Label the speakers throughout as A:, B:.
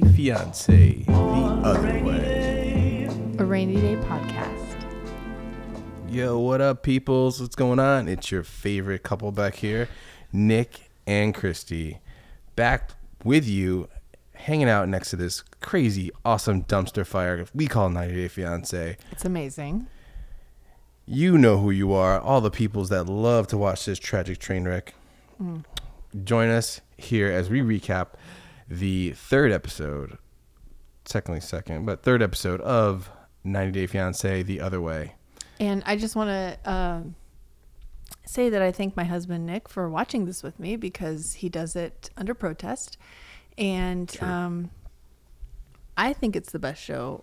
A: Beyonce the other way.
B: A rainy day podcast.
A: Yo, what up, peoples? What's going on? It's your favorite couple back here, Nick and Christy, back with you, hanging out next to this crazy, awesome dumpster fire we call 90 Day Fiance.
B: It's amazing.
A: You know who you are, all the peoples that love to watch this tragic train wreck.
B: Mm.
A: Join us here as we recap the third episode, secondly, second, but third episode of 90 Day Fiance The Other Way.
B: And I just want to um say that I thank my husband Nick for watching this with me because he does it under protest, and um, I think it's the best show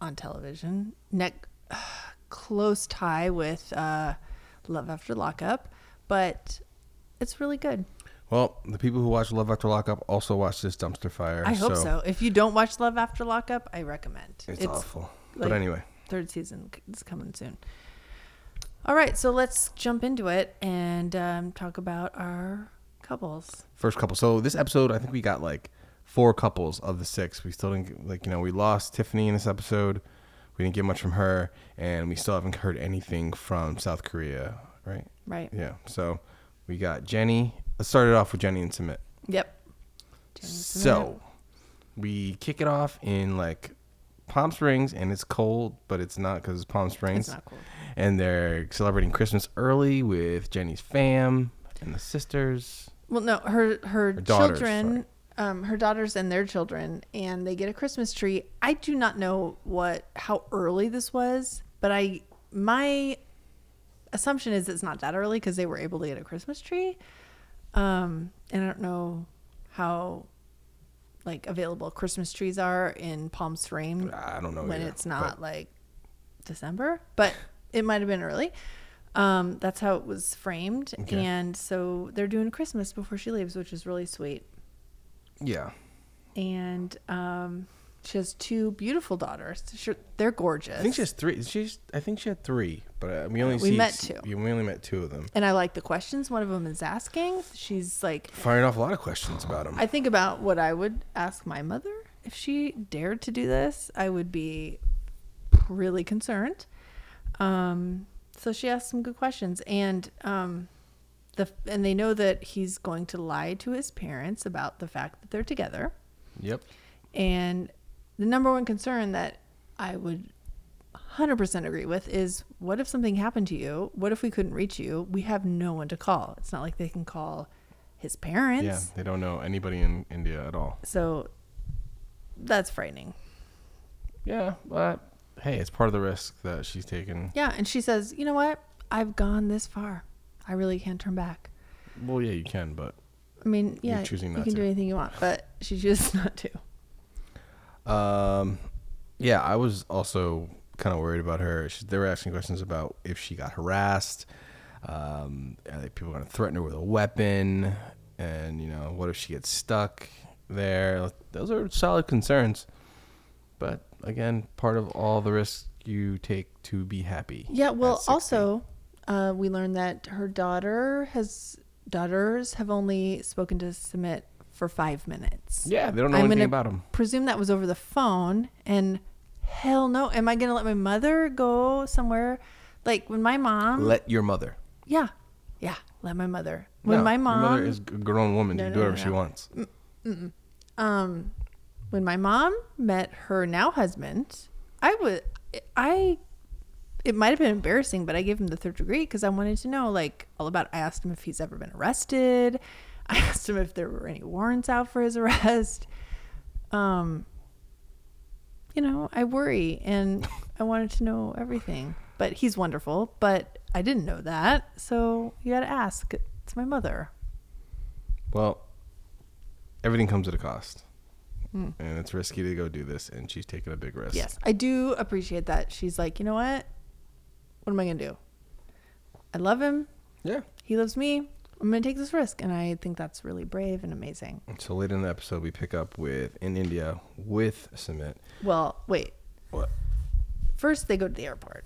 B: on television. Neck close tie with uh, Love After Lockup, but it's really good.
A: Well, the people who watch Love After Lockup also watch this dumpster fire.
B: I hope so. If you don't watch Love After Lockup, I recommend.
A: It's, awful.
B: like-
A: but anyway,
B: third season c- is coming soon. All right, so let's jump into it and um, talk about our couples.
A: first couple. So this episode, I think we got like four couples of the six. We still didn't get, like you know we lost Tiffany in this episode. We didn't get much from her, and we still haven't heard anything from South Korea, right?
B: Right.
A: Yeah. So we got Jenny. Let's start it off with Jenny and Submit.
B: Yep.
A: So we kick it off in like Palm Springs, and it's cold, but it's not because it's Palm Springs.
B: not cold.
A: And they're celebrating Christmas early with Jenny's fam and the sisters.
B: Well, no, her her,
A: daughters,
B: children, um, her daughters and their children, and they get a Christmas tree. I do not know what how early this was, but I my assumption is it's not that early because they were able to get a Christmas tree. Um, and I don't know how like available Christmas trees are in Palm Springs
A: I don't know
B: when
A: either,
B: it's not like December, but it might have been early. Um, that's how it was framed,
A: Okay.
B: and so they're doing Christmas before she leaves, which is really sweet.
A: Yeah.
B: And um, she has two beautiful daughters. She, they're gorgeous.
A: I think she has three. She's. I think she had three, but uh, we only
B: We
A: see-
B: met two.
A: We only met two of them.
B: and I like the questions one of them is asking. She's like,
A: Firing off a lot of questions about them.
B: I think about what I would ask my mother if she dared to do this. I would be really concerned. Um, so she asked some good questions, and um, the and they know that he's going to lie to his parents about the fact that they're together.
A: yep.
B: And the number one concern that I would 100% agree with is what if something happened to you? What if we couldn't reach you? We have no one to call. It's not like they can call his parents.
A: Yeah. They don't know anybody in India at all.
B: So that's frightening.
A: Yeah, but hey, it's part of the risk that she's taking.
B: Yeah. And she says, you know what? I've gone this far. I really can't turn back.
A: Well, yeah, you can, but
B: I mean,
A: You're
B: yeah,
A: choosing
B: you
A: not
B: can
A: to.
B: do anything you want, but she chooses not to.
A: Um, yeah, I was also kind of worried about her. She, they were asking questions about if she got harassed. Um, are they- people going to threaten her with a weapon? And you know, what if she gets stuck there? Those are solid concerns. But again, part of all the risks you take to be happy.
B: Yeah. Well,
A: at 16.
B: also, uh, we learned that her daughter has daughters have only spoken to Submit for five minutes.
A: Yeah, they don't know
B: I'm
A: anything
B: gonna
A: about him.
B: Presume that was over the phone, and hell no, am I gonna let my mother go somewhere? Like when my mom,
A: Let your mother.
B: yeah, yeah, let my mother. When
A: No,
B: my
A: your
B: mom,
A: mother is a grown woman, she
B: No,
A: can
B: no,
A: do
B: no,
A: whatever she
B: no.
A: wants.
B: um, when my mom met her now husband, I would, I, it might have been embarrassing, but I gave him the third degree because I wanted to know like all about. I asked him if he's ever been arrested. I asked him if there were any warrants out for his arrest. Um, you know, I worry and I wanted to know everything. But he's wonderful, but I didn't know that. So you got to ask. It's my mother.
A: Well, everything comes at a cost. And it's risky to go do this, and she's taking a big risk.
B: Hmm. Yes, I do appreciate that. She's like, you know what? What am I gonna do? I love him.
A: Yeah.
B: He loves me. I'm gonna take this risk, and I think that's really brave and amazing.
A: So later in the episode, we pick up with in India with Sumit.
B: Well, wait.
A: What?
B: First, they go to the airport.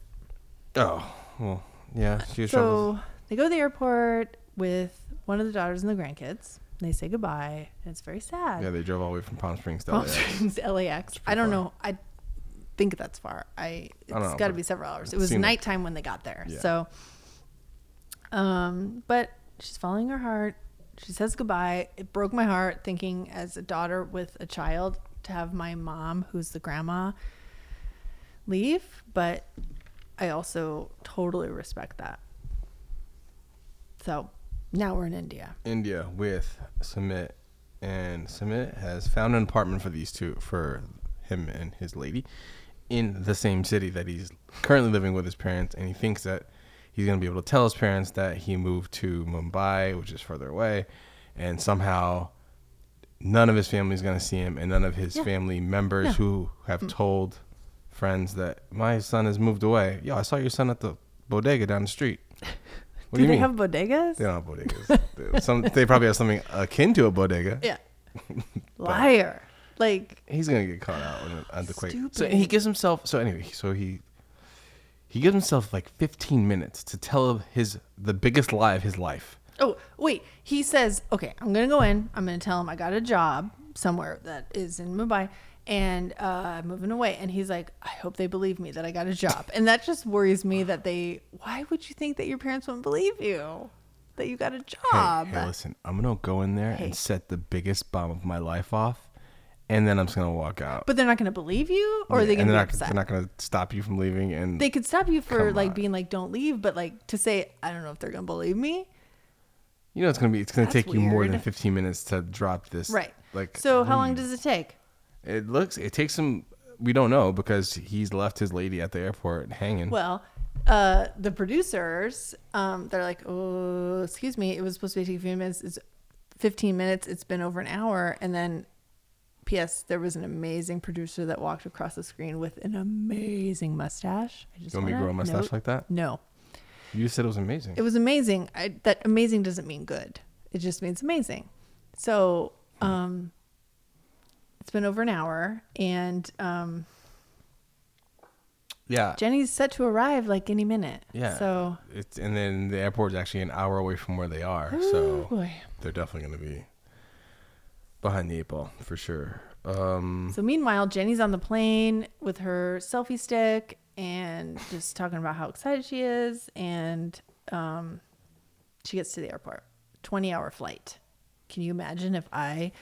A: Oh, well, yeah. She was
B: So they go to the airport with one of the daughters and the grandkids. and they say goodbye. And it's very sad.
A: Yeah, they drove all the way from Palm Springs to
B: Palm
A: LAX.
B: Springs, LAX. I don't know. I think that's far. I it's
A: I don't know,
B: got to
A: but
B: be several hours.
A: it
B: It was
A: seemed like-
B: nighttime when they got there.
A: Yeah.
B: So, um, but she's following her heart. She says goodbye. It broke my heart thinking, as a daughter with a child, to have my mom, who's the grandma, leave. But I also totally respect that. So now we're in India.
A: India with Submit, and Submit has found an apartment for these two, for him and his lady, in the same city that he's currently living with his parents, and he thinks that he's gonna be able to tell his parents that he moved to Mumbai, which is further away, and somehow none of his family's gonna see him, and none of his
B: Yeah. Mm.
A: family members
B: No.
A: who have told friends that my son has moved away. Yo, I saw your son at the bodega down the street. What
B: do, they have bodegas?
A: they don't have bodegas. They- Some they probably have something akin to a bodega.
B: Yeah. Liar. Like
A: He's gonna get caught out on the, on the quake. So
B: Stupid.
A: he gives himself. So anyway, so he he gives himself like 15 minutes to tell his the biggest lie of his life.
B: Oh, wait. He says, okay, I'm going to go in. I'm going to tell him I got a job somewhere that is in Mumbai and uh, I'm moving away. And he's like, I hope they believe me that I got a job. And that just worries me that they, why would you think that your parents wouldn't believe you that you got a
A: Hey,
B: job?
A: hey, listen, I'm gonna go in there
B: Hey.
A: and set the biggest bomb of my life off, and then I'm just gonna walk out.
B: but they're not going to believe you or are
A: Yeah,
B: they
A: and
B: going to
A: they're
B: be
A: not,
B: upset?
A: They're not gonna stop you from leaving. And
B: they could stop you for
A: Come
B: like
A: on.
B: being like, don't leave. But like to say, I don't know if they're going to believe me.
A: you know it's gonna be it's gonna
B: That's
A: take you more than
B: weird.
A: 15 minutes to drop this.
B: Right.
A: Like hmm.
B: so how long
A: lead.
B: does it take?
A: It looks. It takes him. We don't know because he's left his lady at the airport hanging.
B: Well, uh, the producers, um, they're like, oh, excuse me, it was supposed to be 15 minutes. It's 15 minutes. It's been over an hour. And then, P.S., there was an amazing producer that walked across the screen with an amazing mustache. I just
A: you want me to
B: wanna
A: grow a mustache
B: note-
A: like that?
B: No.
A: You said it was amazing.
B: It was amazing. I, that amazing doesn't mean good. It just means amazing. So,
A: Hmm.
B: um, it's been over an hour, and um,
A: yeah.
B: Jenny's set to arrive like any minute.
A: Yeah.
B: So,
A: It's and then the airport's actually an hour away from where they are, so
B: boy.
A: they're definitely going to be behind the eight ball for sure. Um,
B: So meanwhile, Jenny's on the plane with her selfie stick and just talking about how excited she is, and um, she gets to the airport. Twenty-hour flight. Can you imagine if I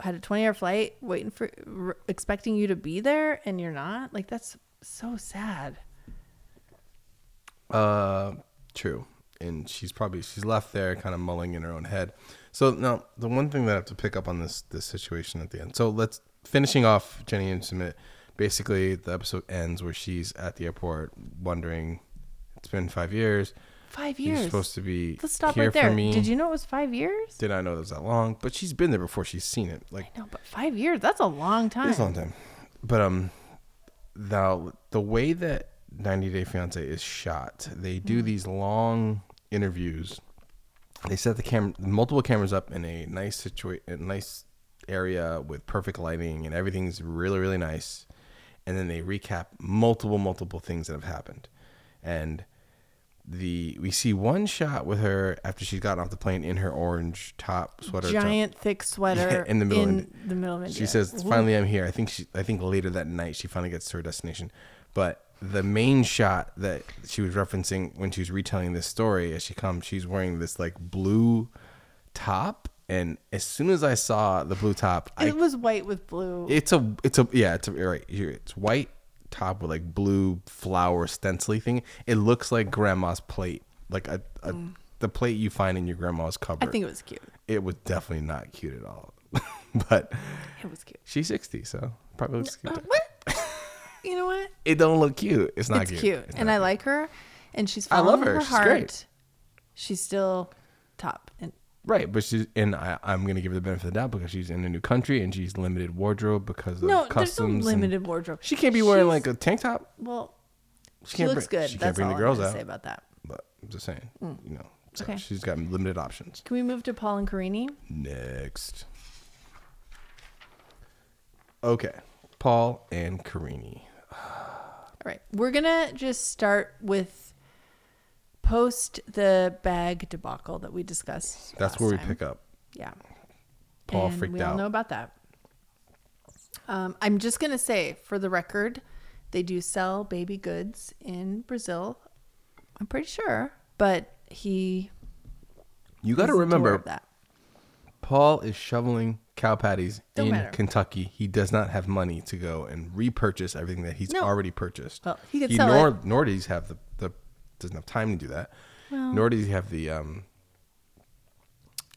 B: had a twenty-hour flight waiting for, r- expecting you to be there, and you're not? Like that's so sad.
A: uh, true. And she's probably she's left there, kind of mulling in her own head. So now the one thing that I have to pick up on this this situation at the end. So let's finishing off Jenny and Submit. Basically, the episode ends where she's at the airport, wondering, "It's been five years.
B: Five
A: You're
B: years.
A: supposed to be
B: Let's stop
A: here
B: right
A: for
B: there.
A: me."
B: Did you know it was five years?
A: did not know it was that long, but she's been there before. She's seen it. Like
B: No, but five years—that's a long time.
A: it's a long time. But um, now the way that 90 Day Fiance is shot, they do
B: Mm.
A: these long interviews. They set the camera, multiple cameras up in a nice situation, nice area with perfect lighting, and everything's really, really nice. And then they recap multiple, multiple things that have happened, and the we see one shot with her after she's gotten off the plane in her orange top sweater, jump-
B: Giant thick sweater
A: in the middle of
B: in
A: India.
B: the middle of India.
A: she says, "Finally, I'm here." I think she. I think later that night she finally gets to her destination. But the main shot that she was referencing when she was retelling this story, as she comes, she's wearing this like blue top, and as soon as I saw the blue top, I
B: It was white with blue.
A: it's a it's a yeah it's a you're right here it's white top with like blue flower stencily thing. It looks like grandma's plate, like a, a the plate you find in your grandma's
B: Mm. I
A: cupboard.
B: think it was cute.
A: it was definitely not cute at all, but.
B: It was cute.
A: She's 60, so probably looks
B: Uh,
A: cute.
B: what? you know what?
A: It don't look cute. It's not
B: it's cute,
A: cute. It's
B: and
A: not
B: I like her, and she's.
A: I love
B: following
A: her.
B: her.
A: She's
B: heart.
A: great.
B: She's still top, and
A: right, but she's and I, I'm gonna give her the benefit of the doubt because she's in a new country and she's limited wardrobe because of
B: no, there's no
A: customs. and-
B: limited wardrobe.
A: She can't be wearing like
B: She's-
A: a tank top.
B: Well, she,
A: can't
B: looks
A: bring-
B: good.
A: she can't
B: That's
A: bring
B: all
A: the girls
B: I'm gonna
A: out.
B: say about that.
A: But I'm just saying, you know, so
B: Okay.
A: she's got limited options.
B: Can we move to Paul and Carini?
A: Next. Okay, Paul and Carini.
B: All right, we're gonna just start with post the bag debacle that we discussed.
A: That's
B: last
A: where we
B: time.
A: pick up.
B: Yeah.
A: Paul
B: and
A: freaked
B: we all
A: out.
B: know about that. Um, I'm just gonna say, for the record, they do sell baby goods in Brazil. I'm pretty sure, but he
A: You got to
B: is a door
A: remember,
B: of that.
A: Paul is shoveling cow patties
B: Don't
A: in
B: matter.
A: Kentucky. He does not have money to go and repurchase everything that he's
B: No.
A: already purchased.
B: Well, he could sell
A: nor,
B: it.
A: nor does he have the, the doesn't have time to do that. nor does he have the um.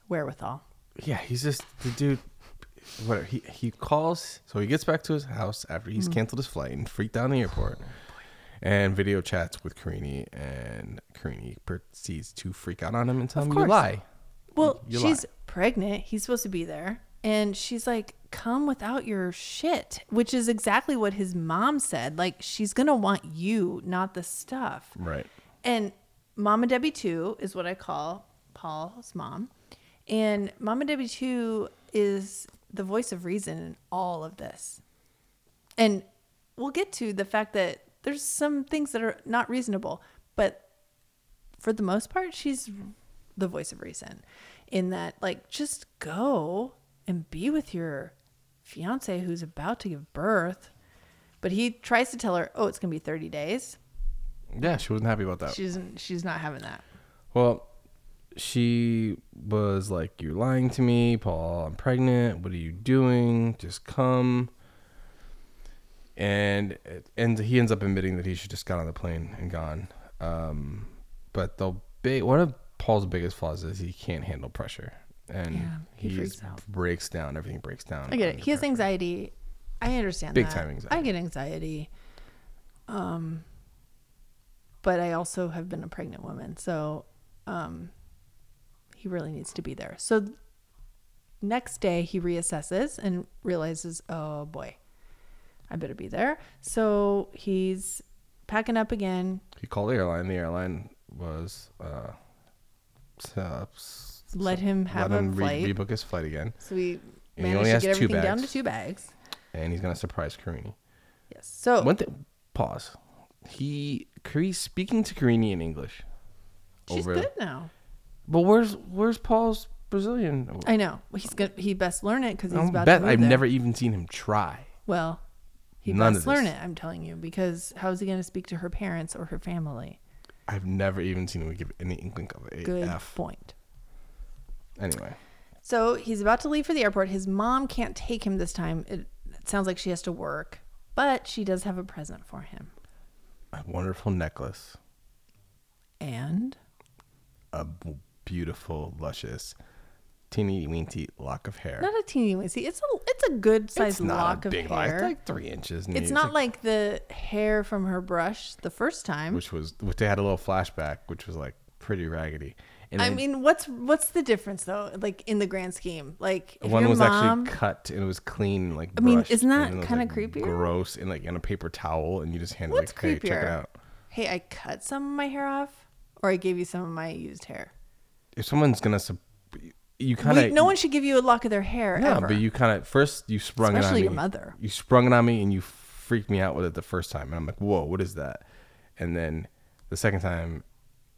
B: wherewithal.
A: Yeah, he's just the dude. Whatever he he calls, so he gets back to his house after
B: Mm.
A: he's canceled his flight and freaked out in the
B: Oh,
A: airport, and video chats with Carini, and Carini proceeds to freak out on him and tell him
B: course.
A: you lie.
B: Well,
A: you
B: she's
A: lie.
B: pregnant. He's supposed to be there. And she's like, come without your shit, which is exactly what his mom said. Like, she's going to want you, not the stuff.
A: Right.
B: And Mama Debbie 2 is what I call Paul's mom. And Mama Debbie 2 is the voice of reason in all of this. And we'll get to the fact that there's some things that are not reasonable, but for the most part, she's the voice of reason in that, like, just go and be with your fiance who's about to give birth. But he tries to tell her, oh, it's going to be 30 days.
A: Yeah, she wasn't happy about that.
B: She's, she's not having that.
A: Well, she was like, You're lying to me, Paul. I'm pregnant. What are you doing? Just come. And it, and he ends up admitting that he should just got on the plane and gone. Um, but the big one of Paul's biggest flaws is he can't handle pressure, and
B: Yeah, he
A: he,
B: freaks
A: is-
B: out.
A: breaks down. Everything breaks down.
B: I get it.
A: under
B: He has
A: pressure.
B: anxiety. I understand
A: Oh, Big
B: that.
A: time anxiety.
B: I get anxiety. Um, but I also have been a pregnant woman, so um, he really needs to be there. So th- next day he reassesses and realizes, oh boy, I better be there. So he's packing up again.
A: He called the airline. The airline was uh, s- uh, s-
B: Let him have
A: let
B: a
A: him re-
B: flight.
A: rebook his flight again,
B: so we
A: he only
B: managed to
A: has
B: get
A: two
B: everything down to
A: bags.
B: two bags.
A: and he's gonna surprise Karini.
B: Yes. So
A: One thing. Pause. He Carrie's speaking to Carini in English.
B: she's
A: over-
B: good now.
A: But where's where's Paul's Brazilian?
B: I know he's good. He best learn it because he's
A: I'll
B: about
A: Oh, bet
B: to move
A: I've
B: there.
A: never even seen him try.
B: Well, he
A: None
B: must
A: of this.
B: learn it. I'm telling you because how is he going to speak to her parents or her family?
A: I've never even seen him give any inkling of a
B: Good
A: F.
B: point.
A: Anyway,
B: So he's about to leave for the airport. His mom can't take him this time. It, it sounds like she has to work, but she does have a present for him
A: a wonderful necklace,
B: and
A: a b- beautiful, luscious, teeny weeny lock of hair.
B: not a teeny weeny. It's a it's a good
A: It's
B: sized
A: not
B: lock
A: a
B: of
A: big lock. It's
B: hair.
A: like three inches.
B: it's not like the hair from her brush the first time.
A: which was which they had a little flashback, which was like pretty raggedy. And
B: I
A: then
B: mean, what's what's the difference though? Like in the grand scheme, like if
A: one
B: your
A: was
B: mom,
A: actually cut and it was clean, like
B: I mean,
A: brushed,
B: isn't
A: and
B: that
A: it was,
B: kinda
A: like,
B: creepier?
A: Gross, and like on a paper towel, and you just hand it
B: What's
A: like, hey, check it
B: creepier?
A: out.
B: Hey, I cut some of my hair off, or I gave you some of my used hair.
A: If someone's gonna, sup- you kind
B: We,
A: of
B: no one should give you a lock of their hair.
A: yeah,
B: ever.
A: but you kind of first you sprung
B: Especially
A: it on
B: your
A: me.
B: mother.
A: You sprung it on me, and you freaked me out with it the first time, and I'm like, whoa, what is that? And then the second time,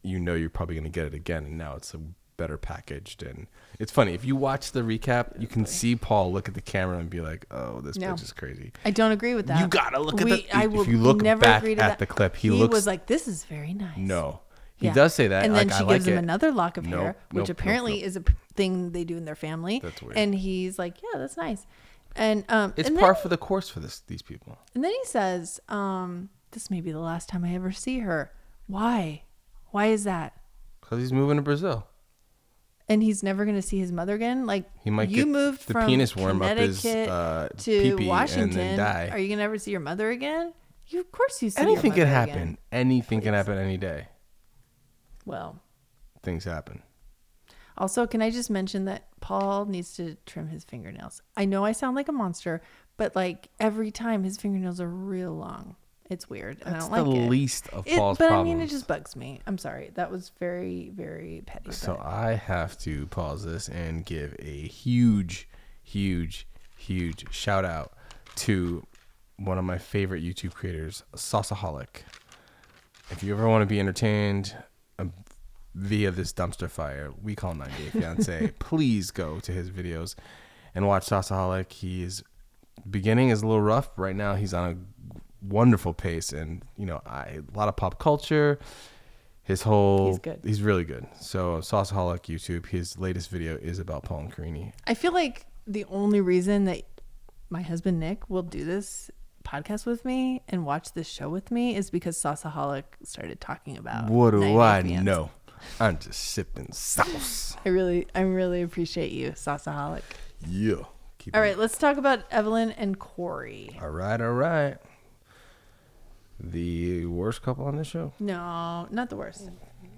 A: you know you're probably gonna get it again, and now it's a better packaged and it's funny if you watch the recap you can see paul look at the camera and be like oh this
B: No.
A: bitch is crazy
B: I don't agree with that.
A: You gotta look at
B: We-
A: the-
B: I
A: if
B: will
A: you look
B: never
A: back
B: agree to
A: at
B: that.
A: the clip, he
B: he
A: looks-
B: was like, "This is very nice."
A: No, he
B: Yeah.
A: does say that.
B: And then
A: like,
B: she
A: I
B: gives
A: like
B: him
A: it.
B: another lock of
A: Nope,
B: hair,
A: nope,
B: which
A: nope,
B: apparently
A: nope.
B: is a p- thing they do in their family.
A: That's weird.
B: And he's like, "Yeah, that's nice." And um,
A: It's
B: and
A: par
B: then,
A: for the course for this these people.
B: and then he says, um, "This may be the last time I ever see her. Why? Why is that?"
A: Because he's moving to Brazil.
B: and he's never going to see his mother again. Like
A: He might
B: you
A: get
B: moved
A: the
B: from
A: penis worm up his,
B: Connecticut
A: uh, pee-pee
B: to
A: and then
B: Washington.
A: die.
B: Are you going to ever see your mother again? You of course you see your
A: Anything can
B: mother
A: happen.
B: again.
A: Anything can happen any day.
B: Well,
A: Things happen.
B: also can I just mention that Paul needs to trim his fingernails. I know I sound like a monster, but like every time his fingernails are real long. It's weird. and
A: That's
B: I don't
A: the
B: like it.
A: least of
B: It-
A: Paul's
B: But I mean, it
A: problems.
B: just bugs me. I'm sorry. That was very, very petty.
A: So
B: but-
A: I have to pause this and give a huge, huge, huge shout out to one of my favorite YouTube creators, Sauceaholic. If you ever want to be entertained, um, via this dumpster fire. We call 98 Fiance. Please go to his videos and watch Sasaholic. He is beginning is a little rough right now. He's on a wonderful pace, and you know, I, a lot of pop culture. His whole
C: He's good.
A: He's really good. So Sauceaholic YouTube. His latest video is about Paul and Carini.
B: I feel like the only reason that my husband Nick will do this podcast with me and watch this show with me is because Sauceaholic started talking about.
A: What do
B: 98
A: I
B: Fiancé.
A: know? I'm just sipping sauce.
B: I really, I really appreciate you, Sauceaholic.
A: Yeah. Keep
B: All
A: it-
B: right, let's talk about Evelyn and Corey.
A: All right. All right. The worst couple on this show.
B: No, not the worst.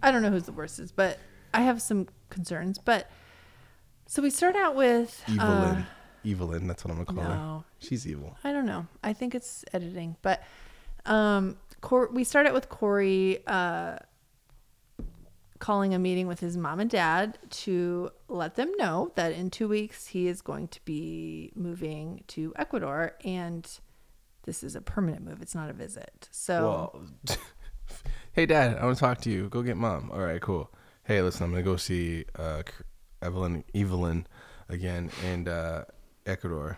B: I don't know who's the worst is, but I have some concerns. But so we start out with uh,
A: Evelyn. Evelyn. That's what I'm gonna call her.
B: no.
A: She's evil.
B: I don't know. I think it's editing, but um, Cor- we start out with Corey uh, calling a meeting with his mom and dad to let them know that in two weeks he is going to be moving to Ecuador, and this is a permanent move. It's not a visit. So
A: Well, hey, Dad, I want to talk to you. Go get mom. All right, cool. Hey, listen, I'm gonna go see uh, K- Evelyn, Evelyn, again in uh, Ecuador.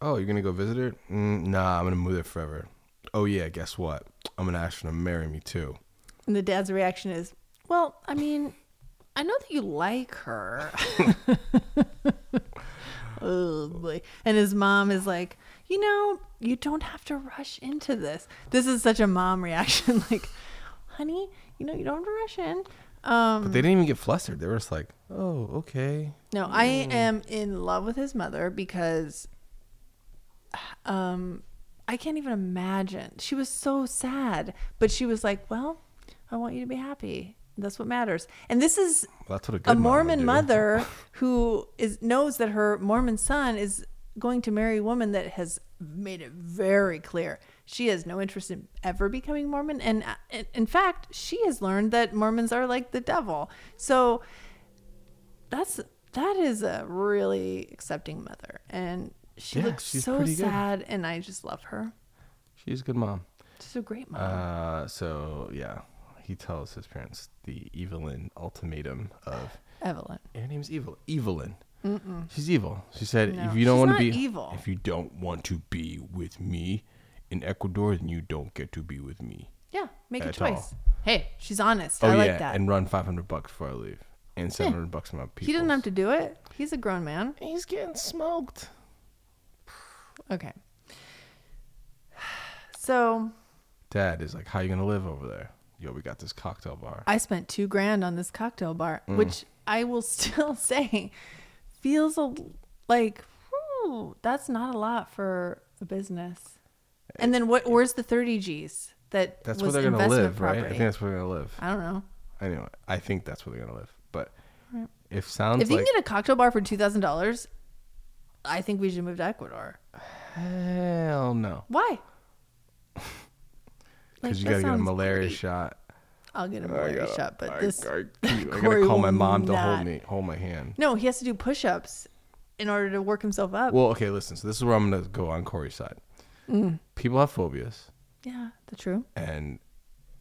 A: Oh, you're gonna go visit her? Mm, nah, I'm gonna move there forever. Oh yeah, guess what? I'm gonna ask her to marry me too.
B: and the dad's reaction is, well, I mean, I know that you like her. oh boy. And his mom is like, you know, you don't have to rush into this. This is such a mom reaction. like, honey, you know, you don't have to rush in. Um,
A: But they didn't even get flustered. They were just like, "Oh, okay."
B: no, I am in love with his mother because um I can't even imagine. She was so sad, but she was like, "Well, I want you to be happy. That's what matters." And this is
A: Well, that's what a good mom
B: a
A: would
B: Mormon
A: do.
B: mother who is knows that her Mormon son is going to marry a woman that has made it very clear she has no interest in ever becoming Mormon, and uh, in- in fact, she has learned that Mormons are like the devil. So that's that is a really accepting mother, and she
A: Yeah,
B: looks
A: she's
B: so
A: pretty good.
B: sad, and I just love her.
A: She's a good mom.
B: She's a great mom.
A: Uh, so yeah, he tells his parents the Evelyn ultimatum of
B: Evelyn.
A: Her name's Evil. Evelyn. She's evil. She said,
B: No,
A: "If you don't
B: she's
A: want to
B: not
A: be
B: evil.
A: if you don't want to be with me in Ecuador, then you don't get to be with me."
B: Yeah, make a
A: At all.
B: choice. Hey, she's honest.
A: oh
B: I like
A: yeah,
B: that.
A: and run five hundred bucks before I leave, and seven hundred bucks from my people.
B: he doesn't have to do it. He's a grown man.
A: He's getting smoked.
B: Okay. So
A: Dad is like, "How you gonna live over there?" Yo, we got this cocktail bar.
B: I spent two grand on this cocktail bar,
A: Mm.
B: which I will still say feels a, like whew, that's not a lot for a business. And then what? Where's the thirty G's that
A: Eh, That's where
B: was
A: they're gonna
B: investment
A: live,
B: property?
A: right? I think that's where they're gonna live.
B: I don't know.
A: Anyway, I think that's where they're gonna live. But if sounds
B: If you
A: like
B: can get a cocktail bar for two thousand dollars, I think we should move to Ecuador.
A: hell no,
B: Why?
A: because you
B: that
A: gotta get a
B: sounds
A: malaria
B: great.
A: shot.
B: I'll get a malaria shot, but this
A: I, gotta
B: Corey
A: call my
B: will
A: mom to hold
B: not-
A: me, hold my hand.
B: No, he has to do push-ups in order to work himself up.
A: Well, okay, listen. So this is where I'm gonna go on Corey's side.
B: Mm.
A: People have phobias,
B: yeah, that's true.
A: and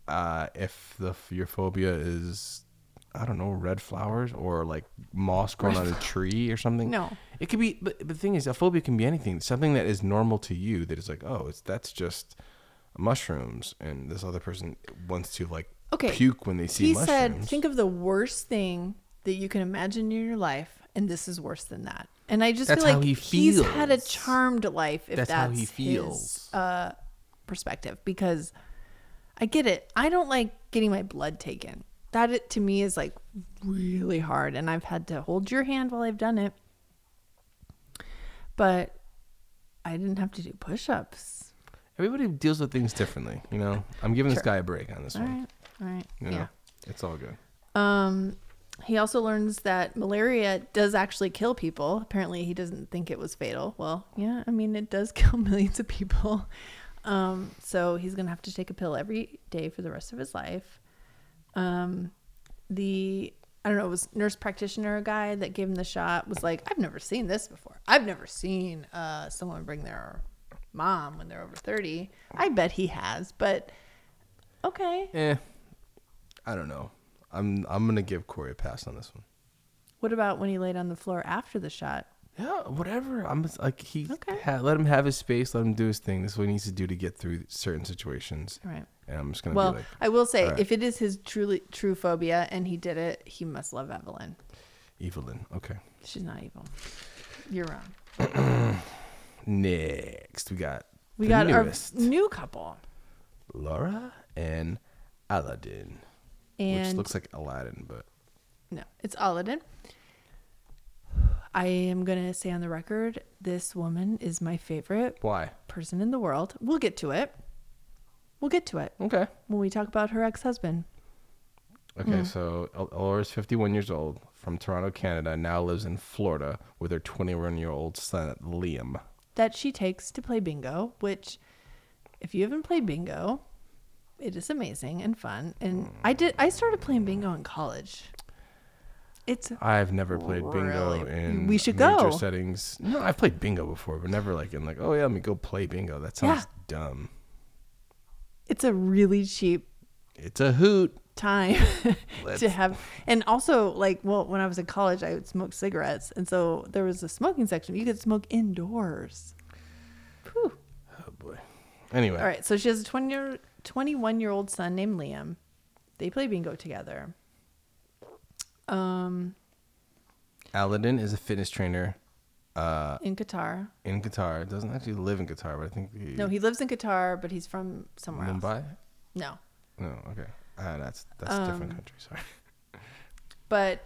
A: uh, if the your phobia is, I don't know, red flowers or like moss growing on a tree or something.
B: No.
A: it could be. But, but the thing is, a phobia can be anything. Something that is normal to you that is like, oh, it's that's just mushrooms, and this other person wants to like
B: Okay.
A: puke when they see
B: he
A: mushrooms.
B: said, "Think of the worst thing that you can imagine in your life, and this is worse than that." And I just
A: That's
B: feel
A: how
B: like
A: he
B: he's had a
A: feels.
B: charmed life. If
A: That's
B: that's,
A: how he feels.
B: His, uh, perspective, because I get it. I don't like getting my blood taken. That it, to me is like really hard, and I've had to hold your hand while I've done it. But I didn't have to do push-ups.
A: Everybody deals with things differently, you know. I'm giving this
B: Sure.
A: guy a break on this
B: All
A: one.
B: right, all right,
A: You know,
B: yeah.
A: it's all good.
B: Um, he also learns that malaria does actually kill people. Apparently, he doesn't think it was fatal. Well, yeah, I mean, it does kill millions of people. Um, so he's going to have to take a pill every day for the rest of his life. Um, the, I don't know, it was nurse practitioner guy that gave him the shot was like, I've never seen this before. I've never seen uh, someone bring their mom when they're over 30. I bet he has, but okay.
A: Eh, I don't know. I'm I'm gonna give Corey a pass on this one.
B: What about when he laid on the floor after the shot?
A: Yeah, whatever. I'm just- like he
B: Okay.
A: ha- let him have his space, let him do his thing. This is what he needs to do to get through certain situations.
B: All right.
A: And I'm just gonna
B: Well,
A: be like,
B: I will say,
A: all right.
B: if it is his truly true phobia and he did it, he must love Evelyn.
A: Evelyn. Okay.
B: She's not evil. You're wrong.
A: Next, we got
B: We
A: the
B: got
A: newest,
B: our new couple,
A: Laura and Aladdin,
B: and
A: which looks like Aladdin, but
B: no, it's Aladdin. I am gonna say on the record, this woman is my favorite
A: why?
B: person in the world. We'll get to it. We'll get to it
A: Okay.
B: when we talk about her ex-husband.
A: Okay,
B: Mm.
A: so Al- Laura's 51 years old from Toronto, Canada, now lives in Florida with her 21 year old son, Liam.
B: that she takes to play bingo, which if you haven't played bingo, it is amazing and fun. And I did I started playing bingo in college. It's
A: I've never played bingo
B: Really?
A: in
B: We should
A: major
B: go.
A: settings. No, I've played bingo before, but never like in like, oh yeah, let me go play bingo. That sounds dumb.
B: it's a really cheap
A: It's a hoot.
B: time to
A: Let's-
B: have and also like well when I was in college I would smoke cigarettes and so there was a smoking section. You could smoke indoors. Whew.
A: Oh boy. Anyway,
B: All right, so she has a 20 year, 21 year old son named Liam. They play bingo together. Um,
A: Aladdin is a fitness trainer uh,
B: in Qatar.
A: in Qatar. Doesn't actually live in Qatar, but I think he,
B: No, he lives in Qatar, but he's from somewhere else. Um,
A: Mumbai.
B: No,
A: No, okay. Uh, that's that's a different country. Sorry.
B: but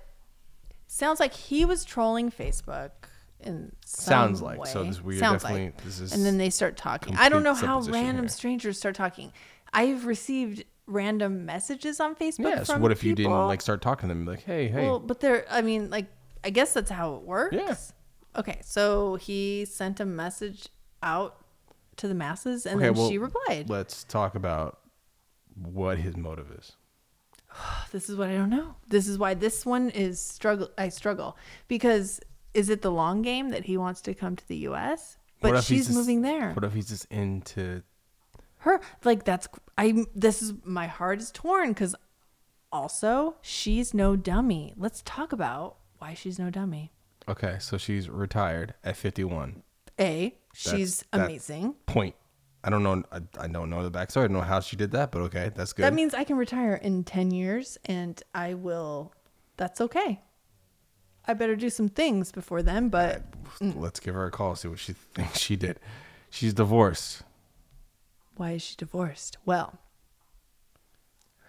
B: sounds like he was trolling Facebook in some
A: Sounds like.
B: way.
A: So this we are
B: Sounds
A: definitely
B: like.
A: this is
B: and then they start talking. I don't know
A: complete
B: how
A: supposition
B: random
A: here.
B: strangers start talking. I've received random messages on Facebook.
A: yeah. So
B: from
A: what if you
B: people.
A: didn't like start talking to them? Like, hey, hey,
B: Well, but they're. I mean, like, I guess that's how it works.
A: Yeah.
B: Okay, so he sent a message out to the masses, and
A: Okay,
B: then
A: well,
B: she replied.
A: let's talk about what his motive is.
B: this is what I don't know. This is why this one is struggle. I struggle because is it the long game that he wants to come to the U.S.
A: What
B: But
A: if he's
B: she's
A: just-
B: moving there.
A: What if he's just into?
B: Her like that's I. This is my heart is torn because also she's no dummy. Let's talk about why she's no dummy.
A: Okay, so she's retired at fifty-one.
B: A she's
A: that-
B: amazing.
A: Point. I don't know. I, I don't know the backstory. I don't know how she did that, but okay, that's good.
B: That means I can retire in ten years, and I will. That's okay. I better do some things before then, but mm.
A: let's give her a call. See what she thinks she did. She's divorced.
B: why is she divorced? Well,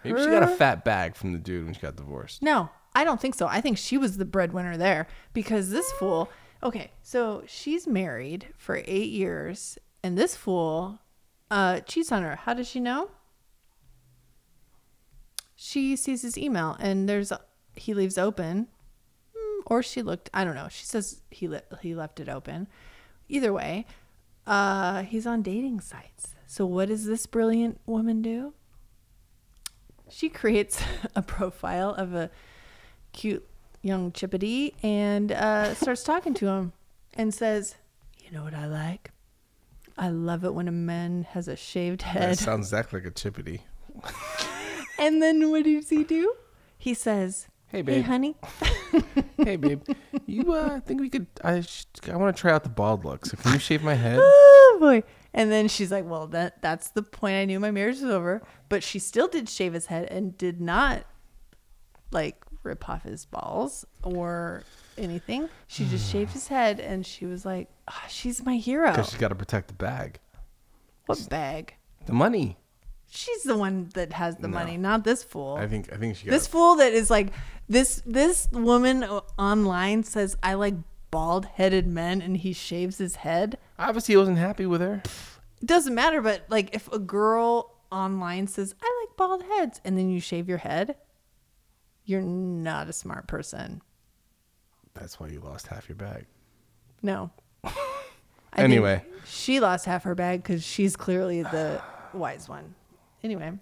A: Maybe she got a
B: Her-
A: fat bag from the dude when she got divorced.
B: No, I don't think so. I think she was the breadwinner there because this fool. Okay, so she's married for eight years, and this fool uh, cheats on her. How does she know? She sees his email, and there's he leaves open, Hmm, or she looked. I don't know. She says he le- he left it open. Either way, uh, he's on dating sites. So what does this brilliant woman do? she creates a profile of a cute young chickadee and uh, starts talking to him and says, "You know what I like? I love it when a man has a shaved
A: That
B: head."
A: sounds exactly like a chippity.
B: and then what does he do? He says,
A: Hey,
B: hey
A: babe.
B: honey."
A: hey, babe, you uh, think we could? I sh- I want to try out the bald look. So can you shave my head?
B: oh boy. And then she's like, "Well, that that's the point. I knew my marriage was over." But she still did shave his head and did not like rip off his balls or anything. She just shaved his head, and she was like, Ah, "She's my hero."
A: Because she's got to protect the bag,
B: What bag?
A: the money.
B: She's the one that has the money, not this fool.
A: I think I think she got
B: this fool that is like this. This woman o- online says, "I like bald-headed men," and he shaves his head.
A: Obviously, he wasn't happy with her.
B: It doesn't matter, but like if a girl online says, I like bald heads, and then you shave your head, you're not a smart person.
A: That's why you lost half your bag.
B: No. I think
A: Anyway.
B: she lost half her bag because she's clearly the wise one. Anyway,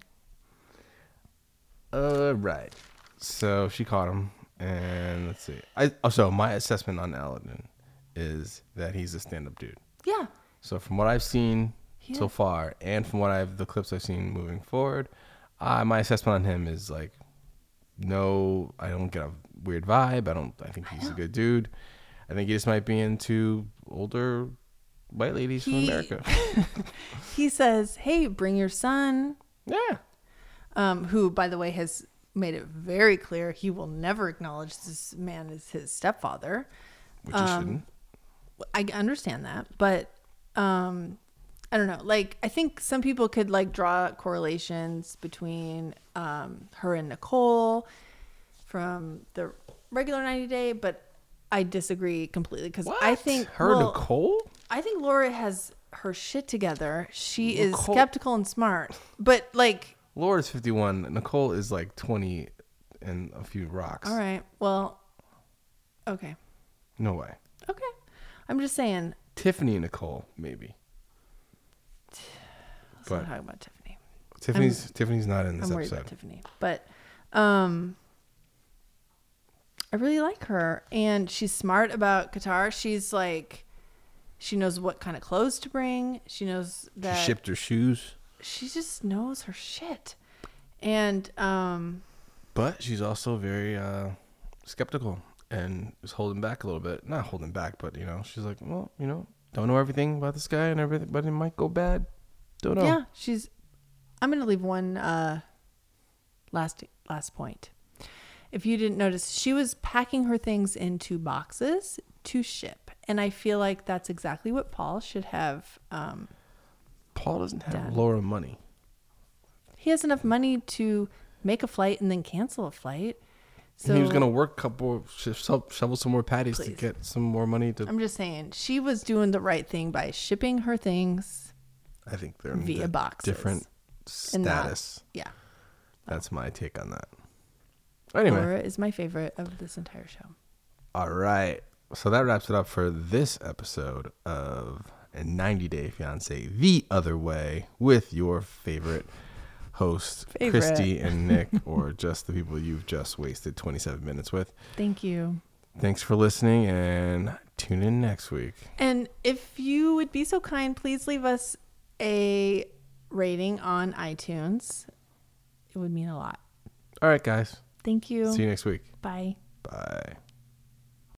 A: Uh, right. So she caught him, and let's see. I also my assessment on Aladdin is that he's a stand-up dude.
B: yeah.
A: So from what I've seen so
B: Yeah.
A: far, and from what I've the clips I've seen moving forward, uh, my assessment on him is like no, I don't get a weird vibe. I don't. I think he's a good dude. I think he just might be into older white ladies from
B: He-
A: America.
B: He says, "Hey, bring your son,"
A: yeah.
B: um, who, by the way, has made it very clear he will never acknowledge this man as his stepfather.
A: Which you
B: Um,
A: shouldn't.
B: I understand that, but um, I don't know. Like, I think some people could like draw correlations between um, her and Nicole from the regular 90 day, but I disagree completely because I
A: What?
B: think
A: her
B: well,
A: Nicole.
B: I think Laura has her shit together. She is
A: Nicole-
B: skeptical and smart, but like,
A: Laura's fifty one. Nicole is like twenty and a few rocks.
B: all right, well, okay,
A: No way.
B: okay. I'm just saying,
A: Tiffany and Nicole maybe.
B: let's
A: But
B: not talk about Tiffany.
A: Tiffany's Tiffany's not in this
B: I'm worried
A: episode.
B: about Tiffany, but um, I really like her, and she's smart about Qatar. She's like, she knows what kind of clothes to bring. She knows that
A: she shipped her shoes,
B: she just knows her shit, and um,
A: but she's also very uh, skeptical and is holding back a little bit. Not holding back, but you know, she's like, well, you know, don't know everything about this guy and everything, but it might go bad. Don't know.
B: yeah, she's. I'm gonna leave one uh, last last point. If you didn't notice, she was packing her things in two boxes to ship, and I feel like that's exactly what Paul should have. Um,
A: Paul doesn't have
B: Dad.
A: Laura money.
B: He has enough money to make a flight and then cancel a flight. So
A: and he was gonna work a couple, sh- sho- shovel some more patties to
B: Please.
A: get some more money to.
B: I'm just saying she was doing the right thing by shipping her things.
A: I think they're in
B: via
A: di-
B: boxes
A: different
B: and not-
A: status.
B: Yeah.
A: That's my take on that. Anyway,
B: Laura is my favorite of this entire show.
A: All right. So that wraps it up for this episode of 90 Day Fiance The Other Way with your favorite host,
B: Favorite.
A: Christy and Nick, or just the people you've just wasted 27 minutes with.
B: Thank you.
A: Thanks for listening and tune in next week.
B: And if you would be so kind, please leave us a rating on iTunes. It would mean a lot.
A: All right, guys.
B: Thank you.
A: See you next week.
B: Bye.
A: Bye.